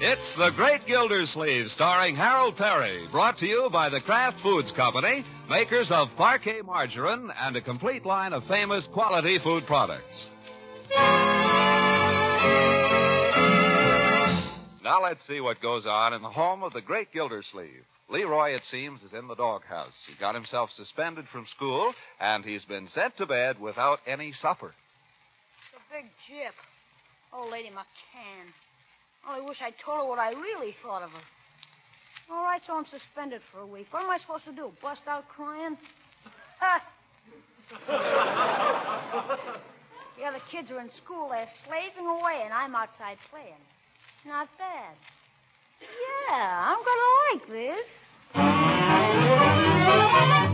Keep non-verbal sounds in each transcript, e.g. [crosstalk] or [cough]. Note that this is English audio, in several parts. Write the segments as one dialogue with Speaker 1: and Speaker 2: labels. Speaker 1: It's The Great Gildersleeve, starring Harold Perry, brought to you by the Kraft Foods Company, makers of parquet margarine and a complete line of famous quality food products.
Speaker 2: Now let's see what goes on in the home of the great Gildersleeve. Leroy, it seems, is in the doghouse. He got himself suspended from school, and he's been sent to bed without any supper.
Speaker 3: The big jip. Old Lady McCann. Only wish Oh, I told her what I really thought of her. All right, so I'm suspended for a week. What am I supposed to do? Bust out crying? [laughs] Ha! the other kids are in school. They're slaving away, and I'm outside playing. Not bad. Yeah, I'm gonna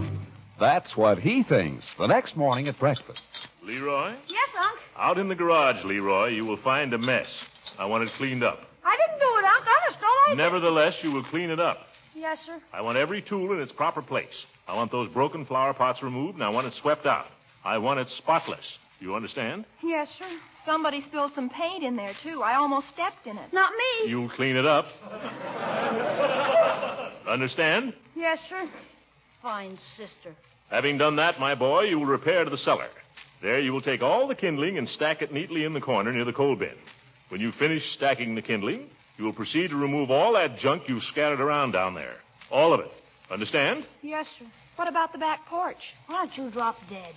Speaker 3: like this.
Speaker 1: That's what he thinks the next morning at breakfast.
Speaker 4: Leroy?
Speaker 3: Yes, Unc.
Speaker 4: Out in the garage, Leroy, you will find a mess. I want it cleaned up.
Speaker 3: I didn't do it, Unc. Honest, all I
Speaker 4: Nevertheless, you will clean it up.
Speaker 3: did. Yes, sir.
Speaker 4: I want every tool in its proper place. I want those broken flower pots removed, and I want it swept out. I want it spotless. You understand?
Speaker 3: Yes, sir.
Speaker 5: Somebody spilled some paint in there, too. I almost stepped in it.
Speaker 3: Not me.
Speaker 4: You'll clean it up. understand?
Speaker 3: Yes, sir. Fine sister.
Speaker 4: Having done that, my boy, you will repair to the cellar. There you will take all the kindling and stack it neatly in the corner near the coal bin. When you finish stacking the kindling, you will proceed to remove all that junk you've scattered around down there. All of it. Understand?
Speaker 3: Yes, sir.
Speaker 5: What about the back porch?
Speaker 3: Why don't you drop dead?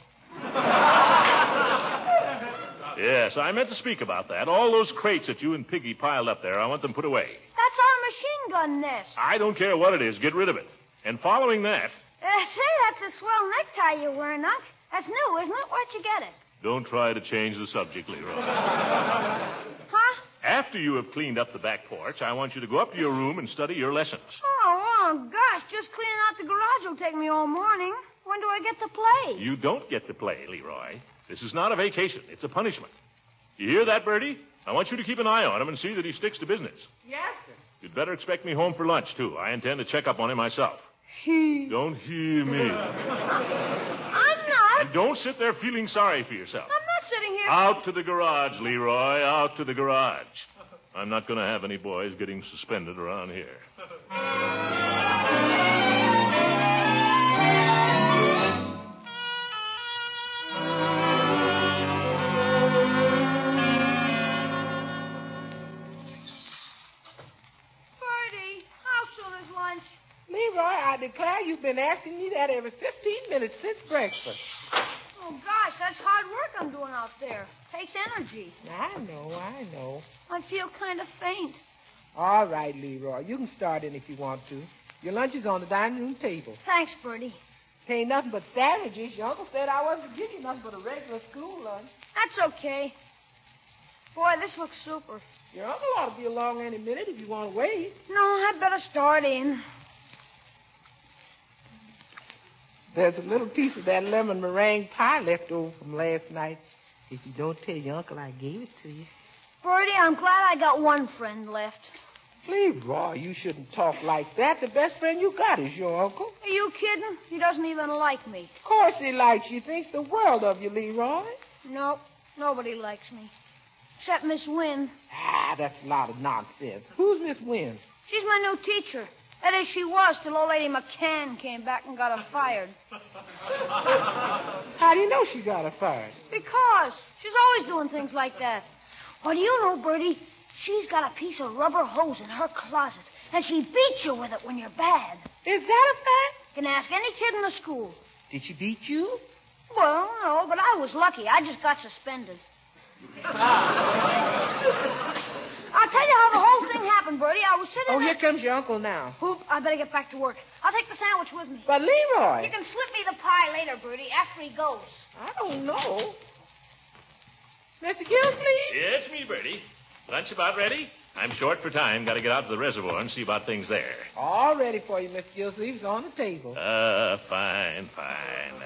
Speaker 4: Yes, I meant to speak about that. All those crates that you and Piggy piled up there, I want them put away.
Speaker 3: That's our machine gun nest.
Speaker 4: I don't care what it is, get rid of it. And following that,
Speaker 3: Uh, say, that's a swell necktie you're wearing, Unc. That's new, isn't it? Where'd you get it?
Speaker 4: don't try to change the subject, Leroy.
Speaker 3: Huh?
Speaker 4: After you have cleaned up the back porch, I want you to go up to your room and study your lessons.
Speaker 3: Oh, oh, gosh, just cleaning out the garage will take me all morning. When do I get to play?
Speaker 4: You don't get to play, Leroy. This is not a vacation. It's a punishment. You hear that, Bertie? I want you to keep an eye on him and see that he sticks to business.
Speaker 6: Yes, sir.
Speaker 4: You'd better expect me home for lunch, too. I intend to check up on him myself. don't
Speaker 6: [laughs]
Speaker 4: hear me.
Speaker 3: I'm not.
Speaker 4: And don't sit there feeling sorry for yourself.
Speaker 3: I'm not sitting here.
Speaker 4: Out to the garage, Leroy. Out to the garage. I'm not going to have any boys getting suspended around here.
Speaker 3: Bertie, how soon is lunch?
Speaker 6: Leroy, I declare you've been asking me that every 15 minutes since breakfast.
Speaker 3: Oh, gosh, that's hard work I'm doing out there. Takes energy.
Speaker 6: I know, I know.
Speaker 3: I feel kind of faint.
Speaker 6: All right, Leroy, you can start in if you want to. Your lunch is on the dining room table.
Speaker 3: Thanks, Bertie.
Speaker 6: Ain't nothing but sandwiches. Your uncle said I wasn't to give you nothing but a regular school lunch.
Speaker 3: That's okay. Boy, this looks super.
Speaker 6: Your uncle ought to be along any minute if you want to wait.
Speaker 3: No, I'd better start in.
Speaker 6: There's a little piece of that lemon meringue pie left over from last night. If you don't tell your uncle I gave it to you.
Speaker 3: Bertie, I'm glad I got one friend left.
Speaker 6: Leroy, you shouldn't talk like that. The best friend you got is your uncle.
Speaker 3: Are you kidding? He doesn't even like me.
Speaker 6: Of course he likes you. Thinks the world of you, Leroy.
Speaker 3: Nope, nobody likes me. Except Miss Wynne.
Speaker 6: Ah, that's a lot of nonsense. Who's Miss Wynn?
Speaker 3: She's my new teacher. That is, she was till old lady McCann came back and got her fired.
Speaker 6: How do you know she got her fired?
Speaker 3: Because she's always doing things like that. What do you know, Bertie? She's got a piece of rubber hose in her closet, and she beats you with it when you're bad.
Speaker 6: Is that a fact?
Speaker 3: You can ask any kid in the school.
Speaker 6: Did she beat you?
Speaker 3: Well, no, but I was lucky. I just got suspended. I'll tell you how the whole thing happened, Bertie. I was sitting
Speaker 6: Oh,
Speaker 3: there.
Speaker 6: here comes your uncle now.
Speaker 3: Oop, I better get back to work. I'll take the sandwich with me.
Speaker 6: But
Speaker 3: You
Speaker 6: Leroy,
Speaker 3: can slip me the pie later, Bertie, after he goes.
Speaker 6: I don't know. Mr. Gilsleeve?
Speaker 4: Yes, me, Bertie. Lunch about ready? I'm short for time. Got to get out to the reservoir and see about things there.
Speaker 6: All ready for you, Mr. Gilsleeve. It's on the table.
Speaker 4: Uh, fine, fine.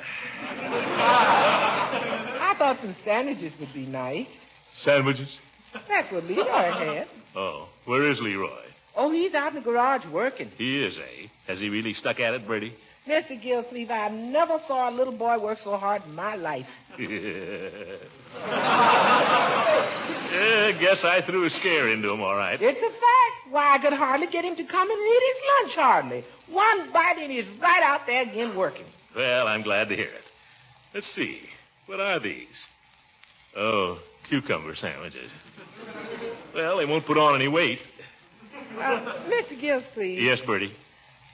Speaker 6: I thought some sandwiches would be nice.
Speaker 4: Sandwiches?
Speaker 6: That's what Leroy had.
Speaker 4: Oh, where is Leroy?
Speaker 6: Oh, he's out in the garage working.
Speaker 4: He is, eh? Has he really stuck at it, Bertie?
Speaker 6: Mr. Gilsleeve, I never saw a little boy work so hard in my life.
Speaker 4: yeah, guess I threw a scare into him, all right.
Speaker 6: It's a fact. Why, I could hardly get him to come and eat his lunch, hardly. One bite and he's right out there again [laughs] working.
Speaker 4: Well, I'm glad to hear it. Let's see. What are these? Oh, cucumber sandwiches. Well, they won't put on any weight.
Speaker 6: Uh, Mr. Gilsleeve,
Speaker 4: Yes, Bertie.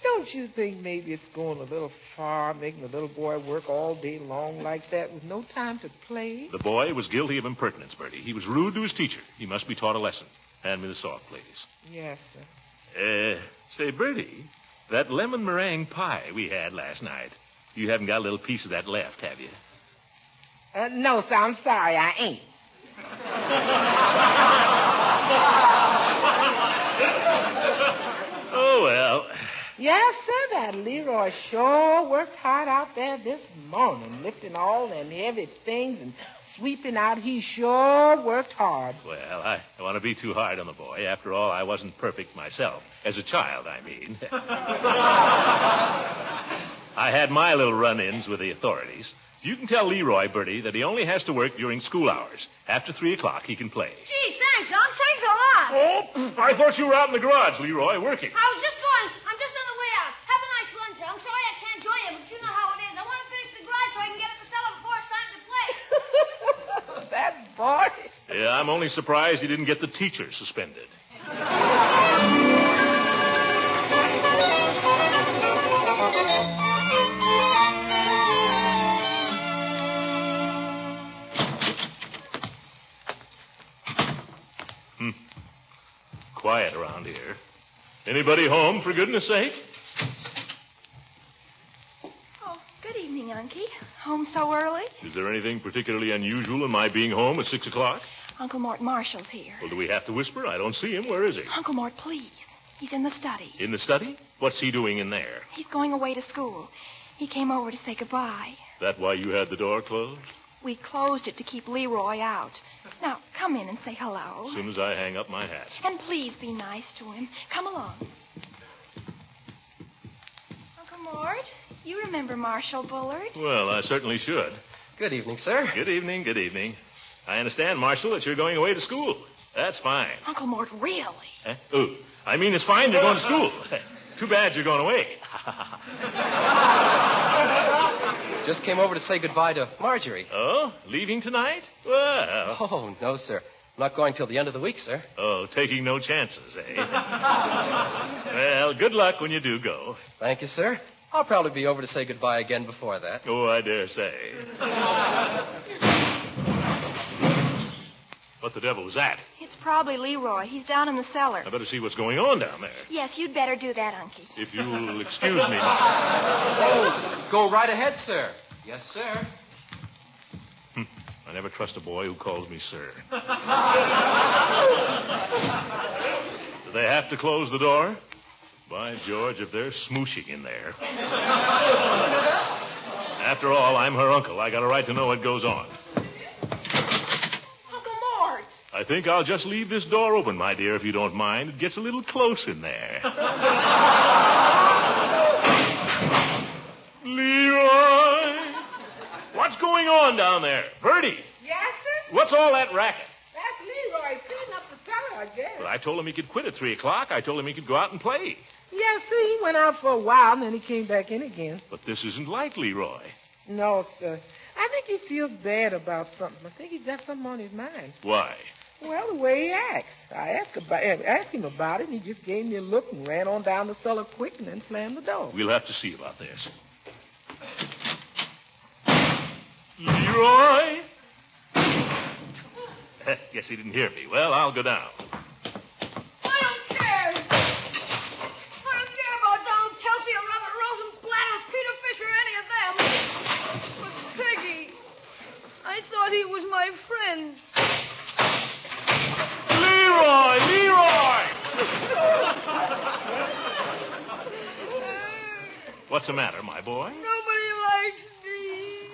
Speaker 6: don't you think maybe it's going a little far, making a little boy work all day long like that with no time to play?
Speaker 4: The boy was guilty of impertinence, Bertie. He was rude to his teacher. He must be taught a lesson. Hand me the salt, please.
Speaker 6: Yes, sir.
Speaker 4: Uh, say, Bertie, that lemon meringue pie we had last night, you haven't got a little piece of that left, have you?
Speaker 6: Uh, no, sir, I'm sorry, I ain't.
Speaker 4: Oh, well.
Speaker 6: Yes, sir, that Leroy sure worked hard out there this morning, lifting all them heavy things and sweeping out. He sure worked hard.
Speaker 4: Well, I don't want to be too hard on the boy. After all, I wasn't perfect myself. As a child, I [laughs] mean. I had my little run ins with the authorities. You can tell Leroy, Bertie, that he only has to work during school hours. After 3 o'clock, he can play.
Speaker 3: Gee, thanks, Unc. Thanks a lot.
Speaker 4: Oh, pff, I thought you were out in the garage, Leroy, working.
Speaker 3: I was just going. I'm just on the way out. Have a nice lunch, Unc. Sorry I can't join you, but you know how it is. I want to finish the grind so I can get at the cellar before it's time to [laughs] play.
Speaker 6: that boy.
Speaker 4: Yeah, I'm only surprised he didn't get the teacher suspended. Hmm. Quiet around here. Anybody home, for goodness sake?
Speaker 5: Oh, good evening, Unky. Home so early?
Speaker 4: Is there anything particularly unusual in my being home at 6 o'clock?
Speaker 5: Uncle Mort Marshall's here.
Speaker 4: Well, do we have to whisper? I don't see him. Where is he?
Speaker 5: Uncle Mort, please. He's in the study.
Speaker 4: In the study? What's he doing in there?
Speaker 5: He's going away to school. He came over to say goodbye.
Speaker 4: That why you had the door closed?
Speaker 5: We closed it to keep Leroy out. Now, come in and say hello.
Speaker 4: As soon as I hang up my hat.
Speaker 5: And please be nice to him. Come along. Uncle Mort, you remember Marshall Bullard?
Speaker 4: Well, I certainly should.
Speaker 7: Good evening, sir.
Speaker 4: Good evening, good evening. I understand, Marshal, that you're going away to school. That's fine.
Speaker 5: Uncle Mort, really?
Speaker 4: Huh? Ooh, I mean, it's fine you're going to school. [laughs] Too bad you're going away.
Speaker 7: Just came over to say goodbye to Marjorie.
Speaker 4: Oh, leaving tonight? Well,
Speaker 7: Oh, no, sir. I'm not going till the end of the week, sir.
Speaker 4: oh, taking no chances, eh? [laughs] well, good luck when you do go.
Speaker 7: Thank you, sir. I'll probably be over to say goodbye again before that.
Speaker 4: Oh, I dare say. what the devil was that?
Speaker 5: It's probably Leroy. He's down in the cellar.
Speaker 4: I better see what's going on down there.
Speaker 5: Yes, you'd better do that, Unky.
Speaker 4: If you'll excuse me, Marshal.
Speaker 7: Oh, go right ahead, sir. Yes, sir.
Speaker 4: I never trust a boy who calls me sir. Do they have to close the door? By George, if they're smooshing in there. After all, I'm her uncle. I got a right to know what goes on.
Speaker 5: Uncle Mort!
Speaker 4: I think I'll just leave this door open, my dear, if you don't mind. It gets a little close in there. Leroy! What's going on down there? Bertie,
Speaker 6: Yes, sir.
Speaker 4: what's all that racket?
Speaker 6: That's Leroy cleaning up the cellar, I guess.
Speaker 4: Well, I told him he could quit at 3 o'clock. I told him he could go out and play.
Speaker 6: Yes, sir. He went out for a while and then he came back in again.
Speaker 4: But this isn't like Leroy.
Speaker 6: No, sir. I think he feels bad about something. I think he's got something on his mind.
Speaker 4: Why?
Speaker 6: Well, the way he acts. I asked, about, I asked him about it, and he just gave me a look and ran on down the cellar quick and then slammed the door.
Speaker 4: We'll have to see about this. [laughs] Leroy? Guess he didn't hear me. Well, I'll go down.
Speaker 3: I don't care. I don't care about Donald Kelsey or Robert Rosenblatt or Peter Fish or any of them. But Peggy, I thought he was my friend.
Speaker 4: Leroy! Leroy! What's the matter, my boy?
Speaker 8: Nobody likes me.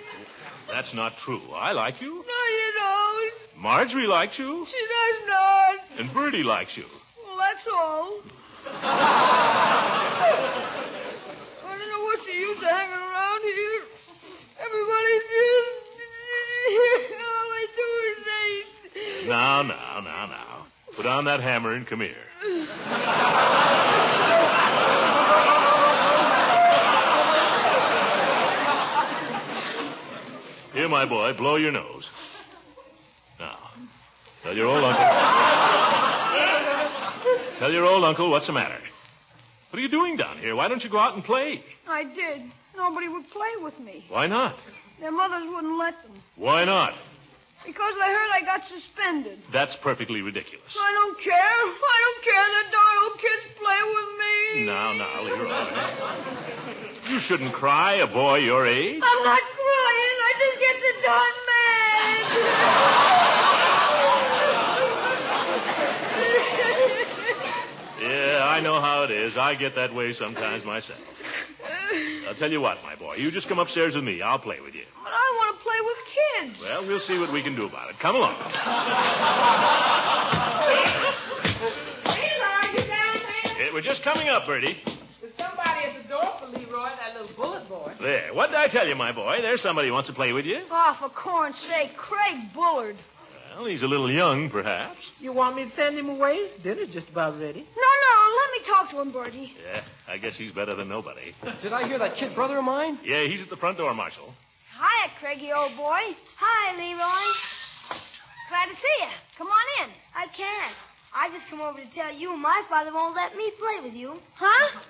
Speaker 4: That's not true. I like you.
Speaker 8: No, you don't.
Speaker 4: Marjorie likes you.
Speaker 8: She does not.
Speaker 4: And Bertie likes you.
Speaker 8: Well, that's all. I don't know what's the use of hanging around here. Everybody just. all they do is they.
Speaker 4: Now, now, now, now. Put on that hammer and come here. Here, my boy, blow your nose. Now, tell your old uncle. Tell your old uncle what's the matter. What are you doing down here? Why don't you go out and play?
Speaker 3: I did. Nobody would play with me.
Speaker 4: Why not?
Speaker 3: Their mothers wouldn't let them
Speaker 4: Why not?
Speaker 3: because they heard I got suspended.
Speaker 4: That's perfectly ridiculous.
Speaker 8: I don't care. I don't care that darn old kids play with me.
Speaker 4: Now, now, Leroy. You shouldn't cry, a boy your age.
Speaker 8: I'm not crying. I just get so darn mad.
Speaker 4: Yeah, I know how it is. I get that way sometimes myself. I'll tell you what, my boy. You just come upstairs with me. I'll play with you.
Speaker 8: but I want to play with kids.
Speaker 4: Well, we'll see what we can do about it. Come along.
Speaker 6: Leroy, you down there?
Speaker 4: Eh, We're just coming up, Bertie.
Speaker 6: There's somebody at the door for Leroy, that little bullet boy.
Speaker 4: There. What did I tell you, my boy? There's somebody wants to play with you.
Speaker 3: Oh, for corn's sake, Craig Bullard.
Speaker 4: Well, he's a little young, perhaps.
Speaker 6: You want me to send him away? Dinner's just about ready.
Speaker 3: No, no, let me talk to him, Bertie.
Speaker 4: Yeah, I guess he's better than nobody. [laughs]
Speaker 7: Did I hear that kid brother of mine?
Speaker 4: Yeah, he's at the front door, Marshal.
Speaker 3: Hiya, Craigie, old boy. Hi, Leroy. Glad to see you. Come on in.
Speaker 9: I can't. I just come over to tell you my father won't let me play with you.
Speaker 3: Huh?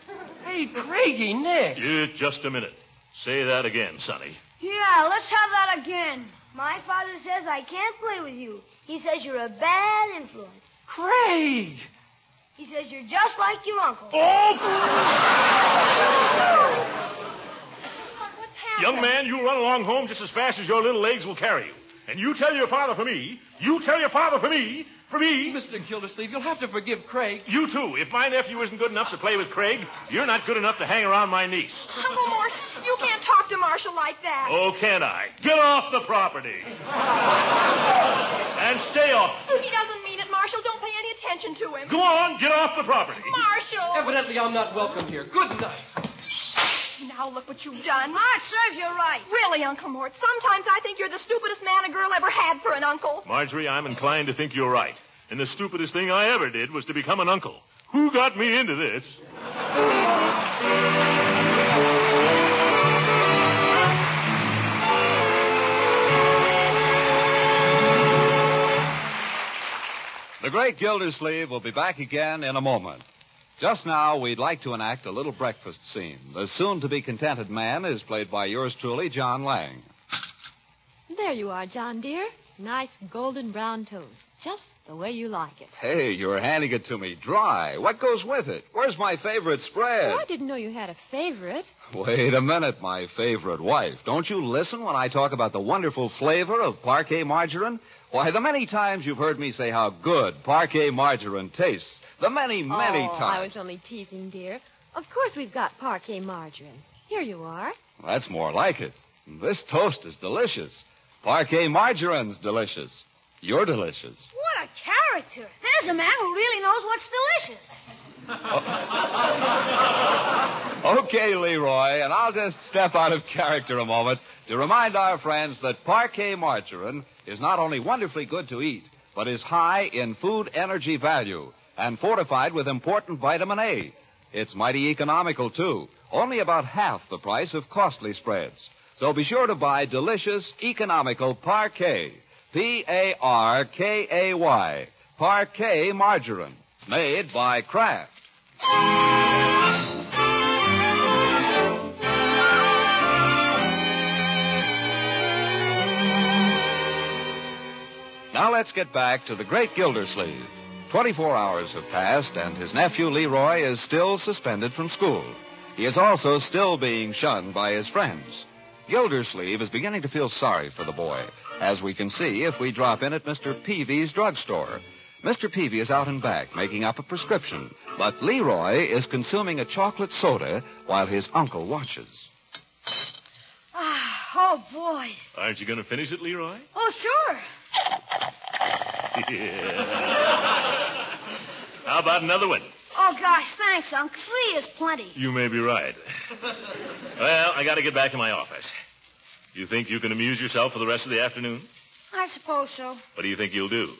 Speaker 7: Hey, Craigie, Nick.
Speaker 4: Yeah, just a minute. Say that again, Sonny.
Speaker 3: Yeah, let's have that again.
Speaker 9: My father says I can't play with you. He says you're a bad influence.
Speaker 7: Craig.
Speaker 9: He says you're just like your uncle.
Speaker 3: What's happening?
Speaker 4: Young man, you run along home just as fast as your little legs will carry you. And you tell your father for me. You tell your father for me. For me.
Speaker 7: Mr. Gildersleeve, you'll have to forgive Craig.
Speaker 4: You too. If my nephew isn't good enough to play with Craig, you're not good enough to hang around my niece.
Speaker 5: Lord, you can't talk to Marshall like that.
Speaker 4: Oh, can I? Get off the [laughs] property. and stay off.
Speaker 10: Oh.
Speaker 5: He doesn't mean it, Marshall. Don't pay any attention to him.
Speaker 4: Go on, get off the property.
Speaker 5: Marshall!
Speaker 7: Evidently, I'm not welcome here. Good night.
Speaker 5: Now look what you've done.
Speaker 3: Mart serves you right.
Speaker 5: Really, Uncle Mort, sometimes I think you're the stupidest man a girl ever had for an uncle.
Speaker 4: Marjorie, I'm inclined to think you're right. And the stupidest thing I ever did was to become an uncle. Who got me into this?
Speaker 1: The great Gildersleeve will be back again in a moment. Just now, we'd like to enact a little breakfast scene. The soon to be contented man is played by yours truly, John Lang.
Speaker 11: There you are, John dear. Nice golden brown toast, just the way you like it.
Speaker 1: Hey, you're handing it to me dry. What goes with it? Where's my favorite spread?
Speaker 11: Oh, I didn't know you had a favorite.
Speaker 1: Wait a minute, my favorite wife. Don't you listen when I talk about the wonderful flavor of parquet margarine? Why, the many times you've heard me say how good parquet margarine tastes. The many, many
Speaker 11: oh, I
Speaker 1: times.
Speaker 11: was only teasing, dear. Of course we've got parquet margarine. Here you are.
Speaker 1: That's more like it. This toast is delicious. Parquet margarine's delicious. You're delicious.
Speaker 3: What a character. There's a man who really knows what's delicious.
Speaker 1: Okay, Leroy, and I'll just step out of character a moment to remind our friends that parquet margarine is not only wonderfully good to eat, but is high in food energy value and fortified with important vitamin A. It's mighty economical, too, only about half the price of costly spreads. So be sure to buy delicious, economical parquet. P A R K A Y. Parquet margarine. Made by Kraft. Now let's get back to the great Gildersleeve. 24 hours have passed, and his nephew Leroy is still suspended from school. He is also still being shunned by his friends. Gildersleeve is beginning to feel sorry for the boy, as we can see if we drop in at Mr. Peavy's drugstore. Mr. Peavy is out and back making up a prescription, but Leroy is consuming a chocolate soda while his uncle watches.
Speaker 3: Ah, oh, boy.
Speaker 4: Aren't you going to finish it, Leroy? [laughs]
Speaker 3: Oh, sure.
Speaker 4: Yeah. How about another one?
Speaker 3: Oh, gosh, thanks, Unc. Three is plenty.
Speaker 4: You may be right. Well, I got to get back to my office. You think you can amuse yourself for the rest of the afternoon?
Speaker 3: I suppose so.
Speaker 4: What do you think you'll do?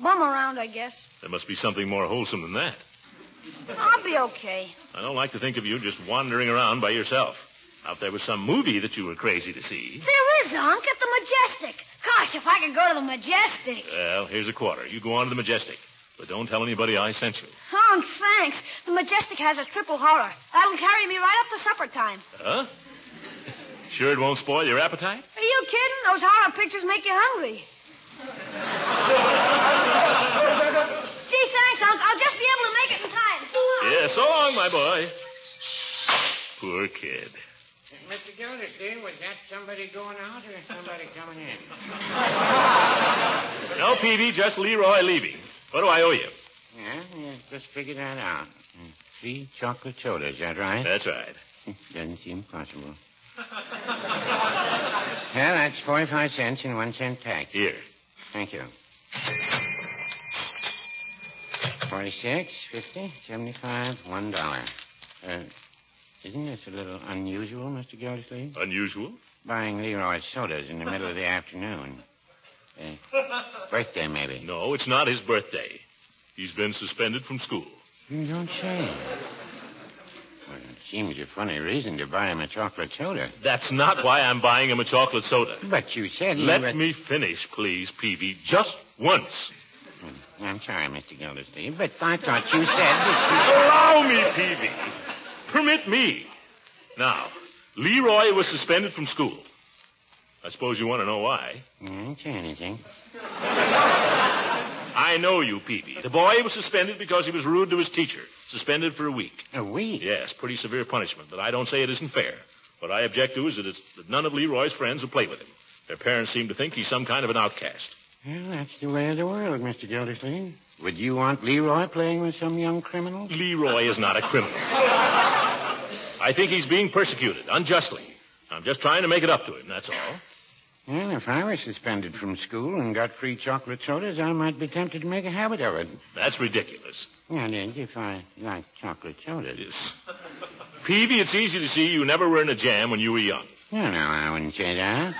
Speaker 3: Bum around, I guess.
Speaker 4: There must be something more wholesome than that.
Speaker 3: I'll be okay.
Speaker 4: I don't like to think of you just wandering around by yourself. Now, if there was some movie that you were crazy to see.
Speaker 3: There is, Unc, at the Majestic. Gosh, if I could go to the Majestic.
Speaker 4: Well, here's a quarter. You go on to the Majestic. But don't tell anybody I sent you.
Speaker 3: Unc, thanks. The Majestic has a triple horror. That'll carry me right up to supper time.
Speaker 4: Huh? [laughs] Sure it won't spoil your appetite?
Speaker 3: Are you kidding? Those horror pictures make you hungry. Gee, thanks, Unc. I'll just be able to make it in time.
Speaker 4: Yeah, so long, my boy. Poor kid.
Speaker 12: Mr. Gildersleeve, was that somebody going out or somebody coming in?
Speaker 4: No, Peavy, just Leroy leaving. What do I owe you?
Speaker 12: Yeah, yeah, just figure that out. Mm, Three chocolate sodas, is that right?
Speaker 4: That's right.
Speaker 12: Doesn't seem possible. Well, that's 45 cents and one cent tax.
Speaker 4: Here.
Speaker 12: Thank you. 46, 50, 75, $1. dollar. Uh, isn't this a little unusual, Mr. Gildersleeve?
Speaker 4: Unusual?
Speaker 12: Buying Leroy sodas in the middle of the afternoon. Uh, birthday, maybe.
Speaker 4: No, it's not his birthday. He's been suspended from school.
Speaker 12: You don't say. Well, it seems a funny reason to buy him a chocolate soda.
Speaker 4: That's not why I'm buying him a chocolate soda.
Speaker 12: But you said he
Speaker 4: Let
Speaker 12: was-
Speaker 4: me finish, please, Peavy, just once.
Speaker 12: Hmm. I'm sorry, Mr. Gildersleeve, but I thought you said that
Speaker 4: Allow me, Peavy. Permit me. Now, Leroy was suspended from school. I suppose you want to know why.
Speaker 12: you... I didn't say anything.
Speaker 4: I know you, Peavy. The boy was suspended because he was rude to his teacher. Suspended for a week.
Speaker 12: A week?
Speaker 4: Yes, pretty severe punishment, but I don't say it isn't fair. What I object to is that, it's, that none of Leroy's friends who play with him. Their parents seem to think he's some kind of an outcast.
Speaker 12: Well, that's the way of the world, Mr. Gildersleeve. Would you want Leroy playing with some young criminal?
Speaker 4: Leroy is not a criminal. I think he's being persecuted unjustly. I'm just trying to make it up to him, that's all.
Speaker 12: Well, if I were suspended from school and got free chocolate sodas, I might be tempted to make a habit of it.
Speaker 4: That's ridiculous.
Speaker 12: That is, if I like chocolate sodas.
Speaker 4: Peavy, it's easy to see you never were in a jam when you were young.
Speaker 12: No, no, I wouldn't say that.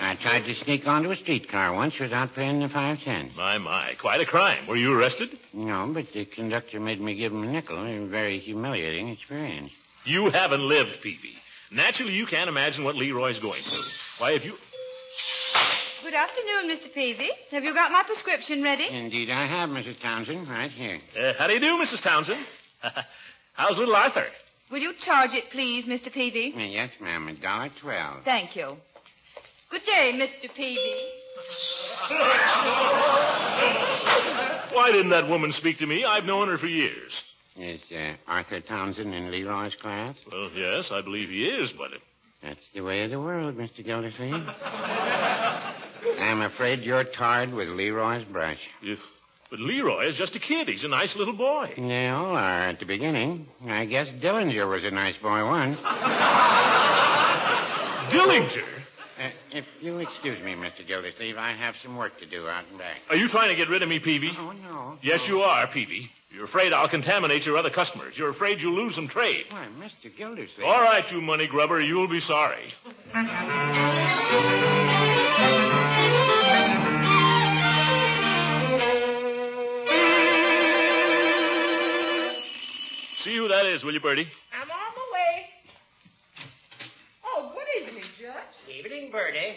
Speaker 12: I tried to sneak onto a streetcar once without paying the five cents.
Speaker 4: My, my, quite a crime. Were you arrested?
Speaker 12: No, but the conductor made me give him a nickel. A very humiliating experience.
Speaker 4: You haven't lived, Peavy. Naturally, you can't imagine what Leroy's going through. Why, if you.
Speaker 10: Good afternoon, Mr. Peavy. Have you got my prescription ready?
Speaker 12: Indeed, I have, Mrs. Townsend, right here.
Speaker 4: Uh, how do you do, Mrs. Townsend? [laughs] How's little Arthur?
Speaker 10: Will you charge it, please, Mr. Peavy?
Speaker 12: Uh, Yes, ma'am, a dollar twelve.
Speaker 10: Thank you. Good day, Mr. Peavy.
Speaker 4: Why didn't that woman speak to me? I've known her for years.
Speaker 12: Is uh, Arthur Townsend in Leroy's class?
Speaker 4: Well, yes, I believe he is, but. uh,
Speaker 12: That's the way of the world, Mr. Gildersleeve. I'm afraid you're tarred with Leroy's brush.
Speaker 4: If... But Leroy is just a kid. He's a nice little boy.
Speaker 12: They all are uh, at the beginning. I guess Dillinger was a nice boy once.
Speaker 4: Dillinger?
Speaker 12: Uh, if you'll excuse me, Mr. Gildersleeve, I have some work to do out and back.
Speaker 4: Are you trying to get rid of me, Peavy? Oh,
Speaker 12: no.
Speaker 4: Yes, you are, Peavy. You're afraid I'll contaminate your other customers. You're afraid you'll lose some trade.
Speaker 12: Why, Mr. Gildersleeve.
Speaker 4: All right, you money grubber, you'll be sorry. See who that is, will you, Bertie?
Speaker 8: I'm on my way. Oh, good evening, Judge.
Speaker 12: Evening, Birdie.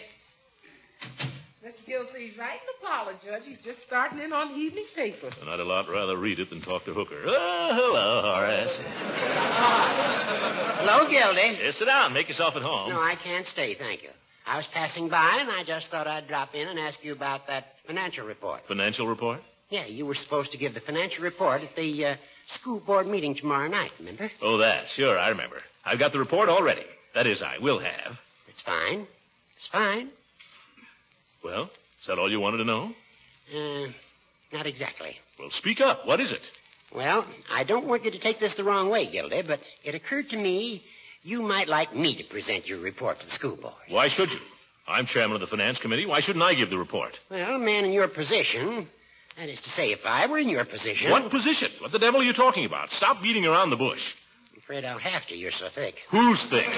Speaker 6: Mr. Gilslee's right in the parlor, Judge. He's just starting in on the evening paper.
Speaker 4: And I'd a lot rather read it than talk to Hooker. Oh, hello, Horace.
Speaker 13: Hello, Gildy.
Speaker 4: Yeah, sit down. Make yourself at home.
Speaker 13: No, I can't stay, thank you. I was passing by, and I just thought I'd drop in and ask you about that financial report.
Speaker 4: Financial report?
Speaker 13: Yeah, you were supposed to give the financial report at the uh, school board meeting tomorrow night, remember?
Speaker 4: Oh, that. Sure, I remember. I've got the report already. That is, I will have.
Speaker 13: It's fine. It's fine.
Speaker 4: Well, Is that all you wanted to know?
Speaker 13: Uh, not exactly.
Speaker 4: Well, speak up. What is it?
Speaker 13: Well, I don't want you to take this the wrong way, Gilda, but it occurred to me you might like me to present your report to the school board.
Speaker 4: Why should you? I'm chairman of the finance committee. Why shouldn't I give the report?
Speaker 13: Well, a man in your position, that is to say, if I were in your position.
Speaker 4: What position? What the devil are you talking about? Stop beating around the bush.
Speaker 13: I'm afraid I'll have to. You're so thick.
Speaker 4: Who's thick?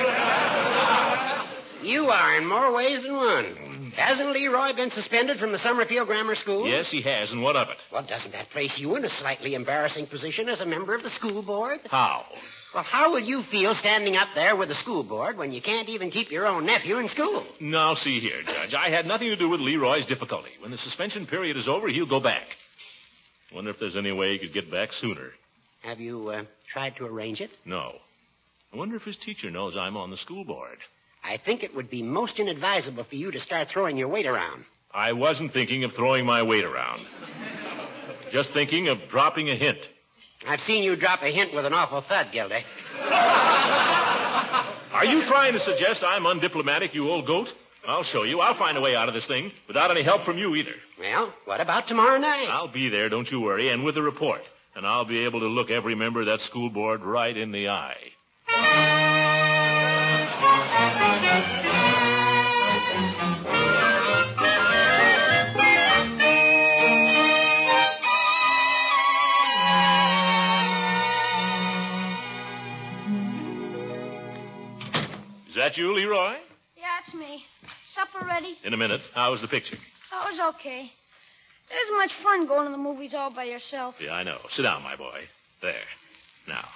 Speaker 13: You are in more ways than one. Hasn't Leroy been suspended from the Summerfield Grammar School?
Speaker 4: yes, he has, and what of it?
Speaker 13: Well, doesn't that place you in a slightly embarrassing position as a member of the school board?
Speaker 4: How?
Speaker 13: Well, how will you feel standing up there with the school board when you can't even keep your own nephew in school?
Speaker 4: Now, see here, Judge. I had nothing to do with Leroy's difficulty. When the suspension period is over, he'll go back. Wonder if there's any way he could get back sooner.
Speaker 13: Have you uh, tried to arrange it?
Speaker 4: No. I wonder if his teacher knows I'm on the school board.
Speaker 13: I think it would be most inadvisable for you to start throwing your weight around.
Speaker 4: I wasn't thinking of throwing my weight around. Just thinking of dropping a hint.
Speaker 13: I've seen you drop a hint with an awful thud, Gildy.
Speaker 4: Are you trying to suggest I'm undiplomatic, you old goat? I'll show you. I'll find a way out of this thing without any help from you either.
Speaker 13: Well, what about tomorrow night?
Speaker 4: I'll be there, don't you worry, and with a report. And I'll be able to look every member of that school board right in the eye. Is that you, Leroy?
Speaker 3: Yeah, it's me. Supper ready?
Speaker 4: In a minute. How's the picture?
Speaker 3: That was okay. It isn't much fun going to the movies all by yourself.
Speaker 4: Yeah, I know. Sit down, my boy. There. Now,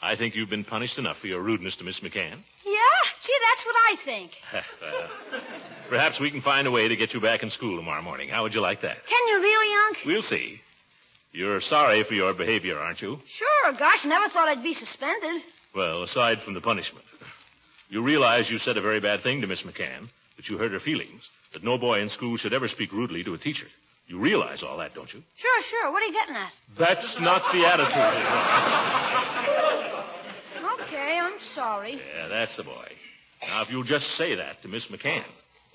Speaker 4: I think you've been punished enough for your rudeness to Miss McCann. [laughs]
Speaker 3: Yeah? Gee, that's what I think.
Speaker 4: Well, perhaps we can find a way to get you back in school tomorrow morning. How would you like that?
Speaker 3: Can you really, Unc?
Speaker 4: We'll see. You're sorry for your behavior, aren't you?
Speaker 3: Sure, gosh, never thought I'd be suspended.
Speaker 4: Well, aside from the punishment, you realize you said a very bad thing to Miss McCann, that you hurt her feelings, that no boy in school should ever speak rudely to a teacher. You realize all that, don't you?
Speaker 3: Sure, sure. What are you getting at?
Speaker 4: That's not the attitude.
Speaker 3: Okay, I'm sorry.
Speaker 4: yeah, that's the boy. Now, if you'll just say that to Miss McCann.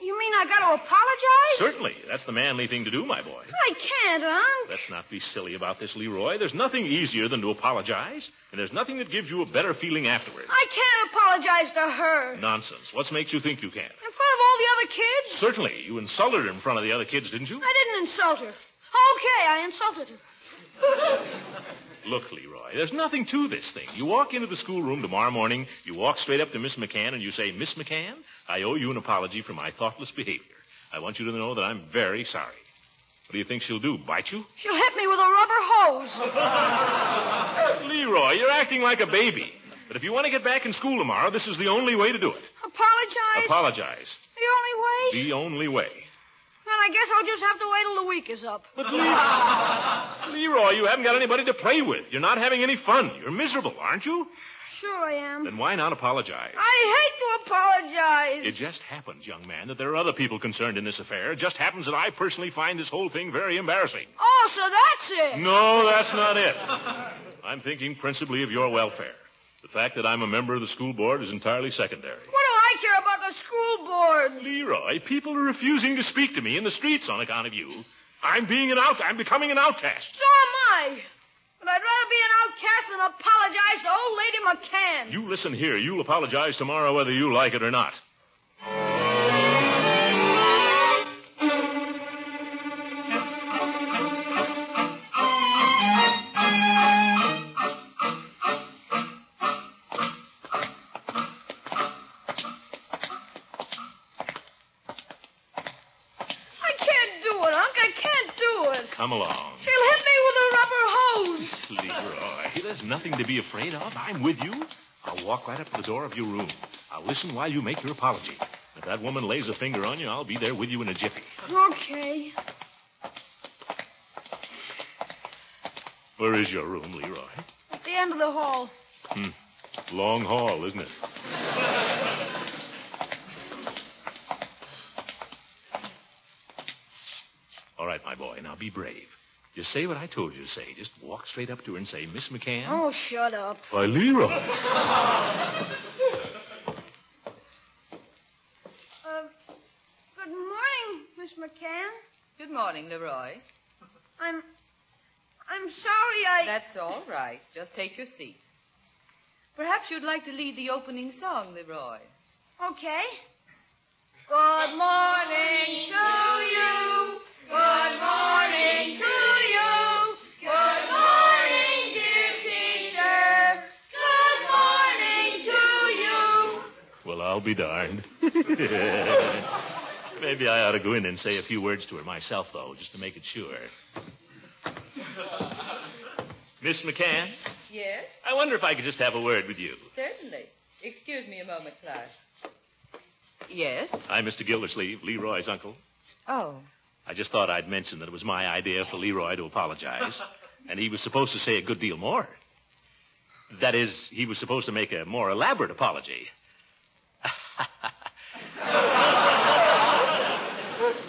Speaker 3: You mean I gotta apologize?
Speaker 4: Certainly, that's the manly thing to do, my boy.
Speaker 3: I can't, Unc.
Speaker 4: Let's not be silly about this, Leroy. There's nothing easier than to apologize, and there's nothing that gives you a better feeling afterward.
Speaker 3: I can't apologize to her. In
Speaker 4: Nonsense. What makes you think you can?
Speaker 3: front of all the other kids?
Speaker 4: Certainly, you insulted her in front of the other kids, didn't you?
Speaker 3: I didn't insult her. Okay, I insulted her.
Speaker 4: Look, Leroy, there's nothing to this thing. You walk into the schoolroom tomorrow morning, you walk straight up to Miss McCann, and you say, Miss McCann, I owe you an apology for my thoughtless behavior. I want you to know that I'm very sorry. What do you think she'll do? Bite you?
Speaker 3: She'll hit me with a rubber hose.
Speaker 4: Leroy, you're acting like a baby. But if you want to get back in school tomorrow, this is the only way to do it.
Speaker 3: apologize?
Speaker 4: Apologize.
Speaker 3: The only way?
Speaker 4: The only way.
Speaker 3: Then I guess I'll just have to wait till the week is up.
Speaker 4: But Leroy... Leroy, you haven't got anybody to play with. You're not having any fun. You're miserable, aren't you?
Speaker 3: Sure I am.
Speaker 4: Then why not apologize?
Speaker 3: I hate to apologize.
Speaker 4: It just happens, young man, that there are other people concerned in this affair. It just happens that I personally find this whole thing very embarrassing.
Speaker 3: Oh, so that's it.
Speaker 4: No, that's not it. I'm thinking principally of your welfare. The fact that I'm a member of the school board is entirely secondary.
Speaker 3: What do I care about the school board?
Speaker 4: Leroy, people are refusing to speak to me in the streets on account of you. I'm being an out. I'm becoming an outcast.
Speaker 3: So am I. But I'd rather be an outcast than apologize to old lady McCann.
Speaker 4: You listen here. You'll apologize tomorrow whether you like it or not.
Speaker 3: I can't do it, Unc. I can't do it.
Speaker 4: Come along,
Speaker 3: She'll hit me with a rubber hose.
Speaker 4: Leroy. There's nothing to be afraid of. I'm with you. I'll walk right up to the door of your room. I'll listen while you make your apology. If that woman lays a finger on you, I'll be there with you in a jiffy.
Speaker 3: Okay.
Speaker 4: Where is your room, Leroy?
Speaker 3: At the end of the hall.
Speaker 4: Hmm. Long hall, isn't it? All right, my boy. Now be brave. Just say what I told you to say. Just walk straight up to her and say, Miss McCann.
Speaker 3: Oh, shut up.
Speaker 4: Why, Leroy.
Speaker 3: Uh, good morning, Miss McCann.
Speaker 10: Good morning, Leroy.
Speaker 3: I'm. I'm sorry I.
Speaker 10: That's all right. Just take your seat. Perhaps you'd like to lead the opening song, Leroy.
Speaker 3: Okay. Good morning to you. Good morning to you. Good morning, dear teacher. Good morning to you.
Speaker 4: Well, I'll be darned. [laughs] Maybe I ought to go in and say a few words to her myself, though, just to make it sure. Miss McCann,
Speaker 10: Yes,
Speaker 4: I wonder if I could just have a word with you.
Speaker 10: certainly. Excuse me a moment, class. Yes?
Speaker 4: I'm Mr. Gildersleeve, Leroy's uncle.
Speaker 10: Oh.
Speaker 4: I just thought I'd mention that it was my idea for Leroy to apologize, and he was supposed to say a good deal more. That is, he was supposed to make a more elaborate apology. [laughs]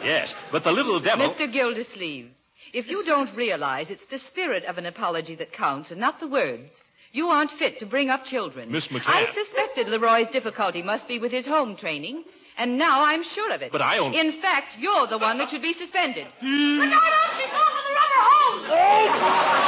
Speaker 4: yes, but the little devil.
Speaker 10: Mr. Gildersleeve, if you don't realize it's the spirit of an apology that counts and not the words, you aren't fit to bring up children.
Speaker 4: Miss McCann.
Speaker 10: I suspected Leroy's difficulty must be with his home training, and now I'm sure of it.
Speaker 4: But I only-
Speaker 10: In fact, you're the one that should be suspended.
Speaker 8: Look out, out, she's going for the rubber hose.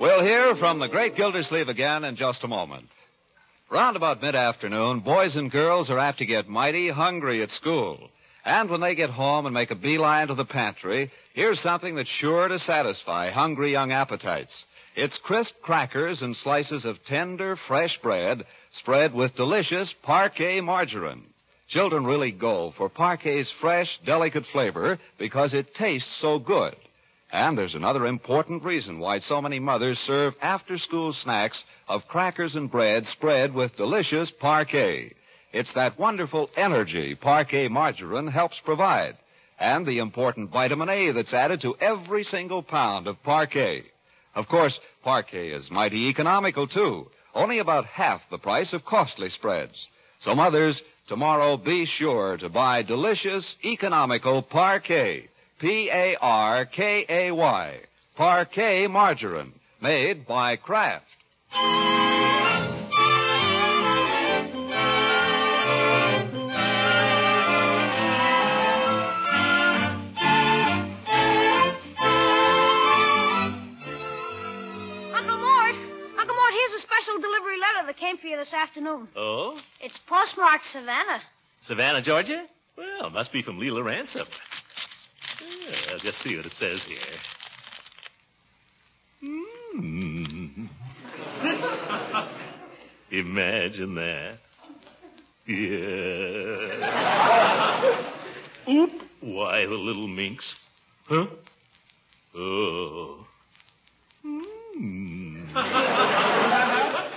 Speaker 1: We'll hear from the great Gildersleeve again in just a moment. Round about mid afternoon, boys and girls are apt to get mighty hungry at school. And when they get home and make a beeline to the pantry, here's something that's sure to satisfy hungry young appetites. It's crisp crackers and slices of tender, fresh bread spread with delicious parquet margarine. Children really go for parquet's fresh, delicate flavor because it tastes so good. And there's another important reason why so many mothers serve after school snacks of crackers and bread spread with delicious parquet. It's that wonderful energy parquet margarine helps provide, and the important vitamin A that's added to every single pound of parquet. Of course, parquet is mighty economical too, only about half the price of costly spreads. So mothers, tomorrow be sure to buy delicious, economical parquet. P A R K A Y. Parquet margarine, made by Kraft.
Speaker 3: Uncle Mort, Uncle Mort, here's a special delivery letter that came for you this afternoon.
Speaker 4: Oh?
Speaker 3: It's postmarked Savannah.
Speaker 4: Savannah, Georgia? Well, it must be from Leela Ransom. Yeah, I'll just see what it says here. Hmm. Imagine that. Yeah. Oop. Why, the little minx. Huh? Oh.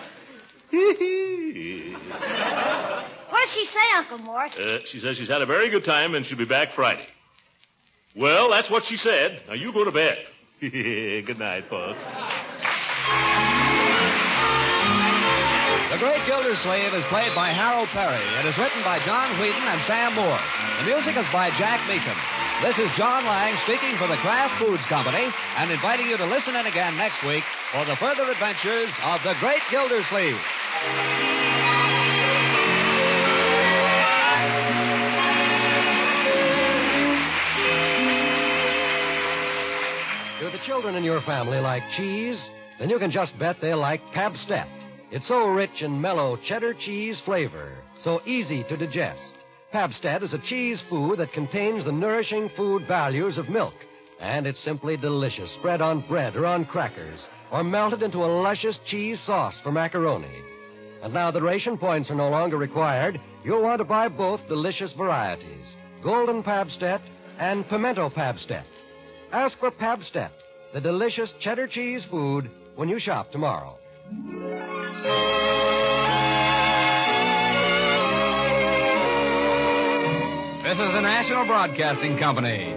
Speaker 4: [laughs] Hmm.
Speaker 3: What does she say, Uncle Mort?
Speaker 4: Uh, she says she's had a very good time and she'll be back Friday. Well, that's what she said. Now you go to bed. [laughs] good night, folks.
Speaker 1: The Great Gildersleeve is played by Harold Perry. It is written by John Wheaton and Sam Moore. The music is by Jack Meakin. This is John Lang speaking for the Kraft Foods Company and inviting you to listen in again next week for the further adventures of the Great Gildersleeve.
Speaker 14: Do the children in your family like cheese? Then you can just bet they like Pabstet. It's so rich in mellow cheddar cheese flavor, so easy to digest. Pabstet is a cheese food that contains the nourishing food values of milk, and it's simply delicious spread on bread or on crackers, or melted into a luscious cheese sauce for macaroni. And now that ration points are no longer required, you'll want to buy both delicious varieties Golden Pabstet and Pimento Pabstet. Ask for Pabstet, the delicious cheddar cheese food, when you shop tomorrow.
Speaker 1: This is the National Broadcasting Company.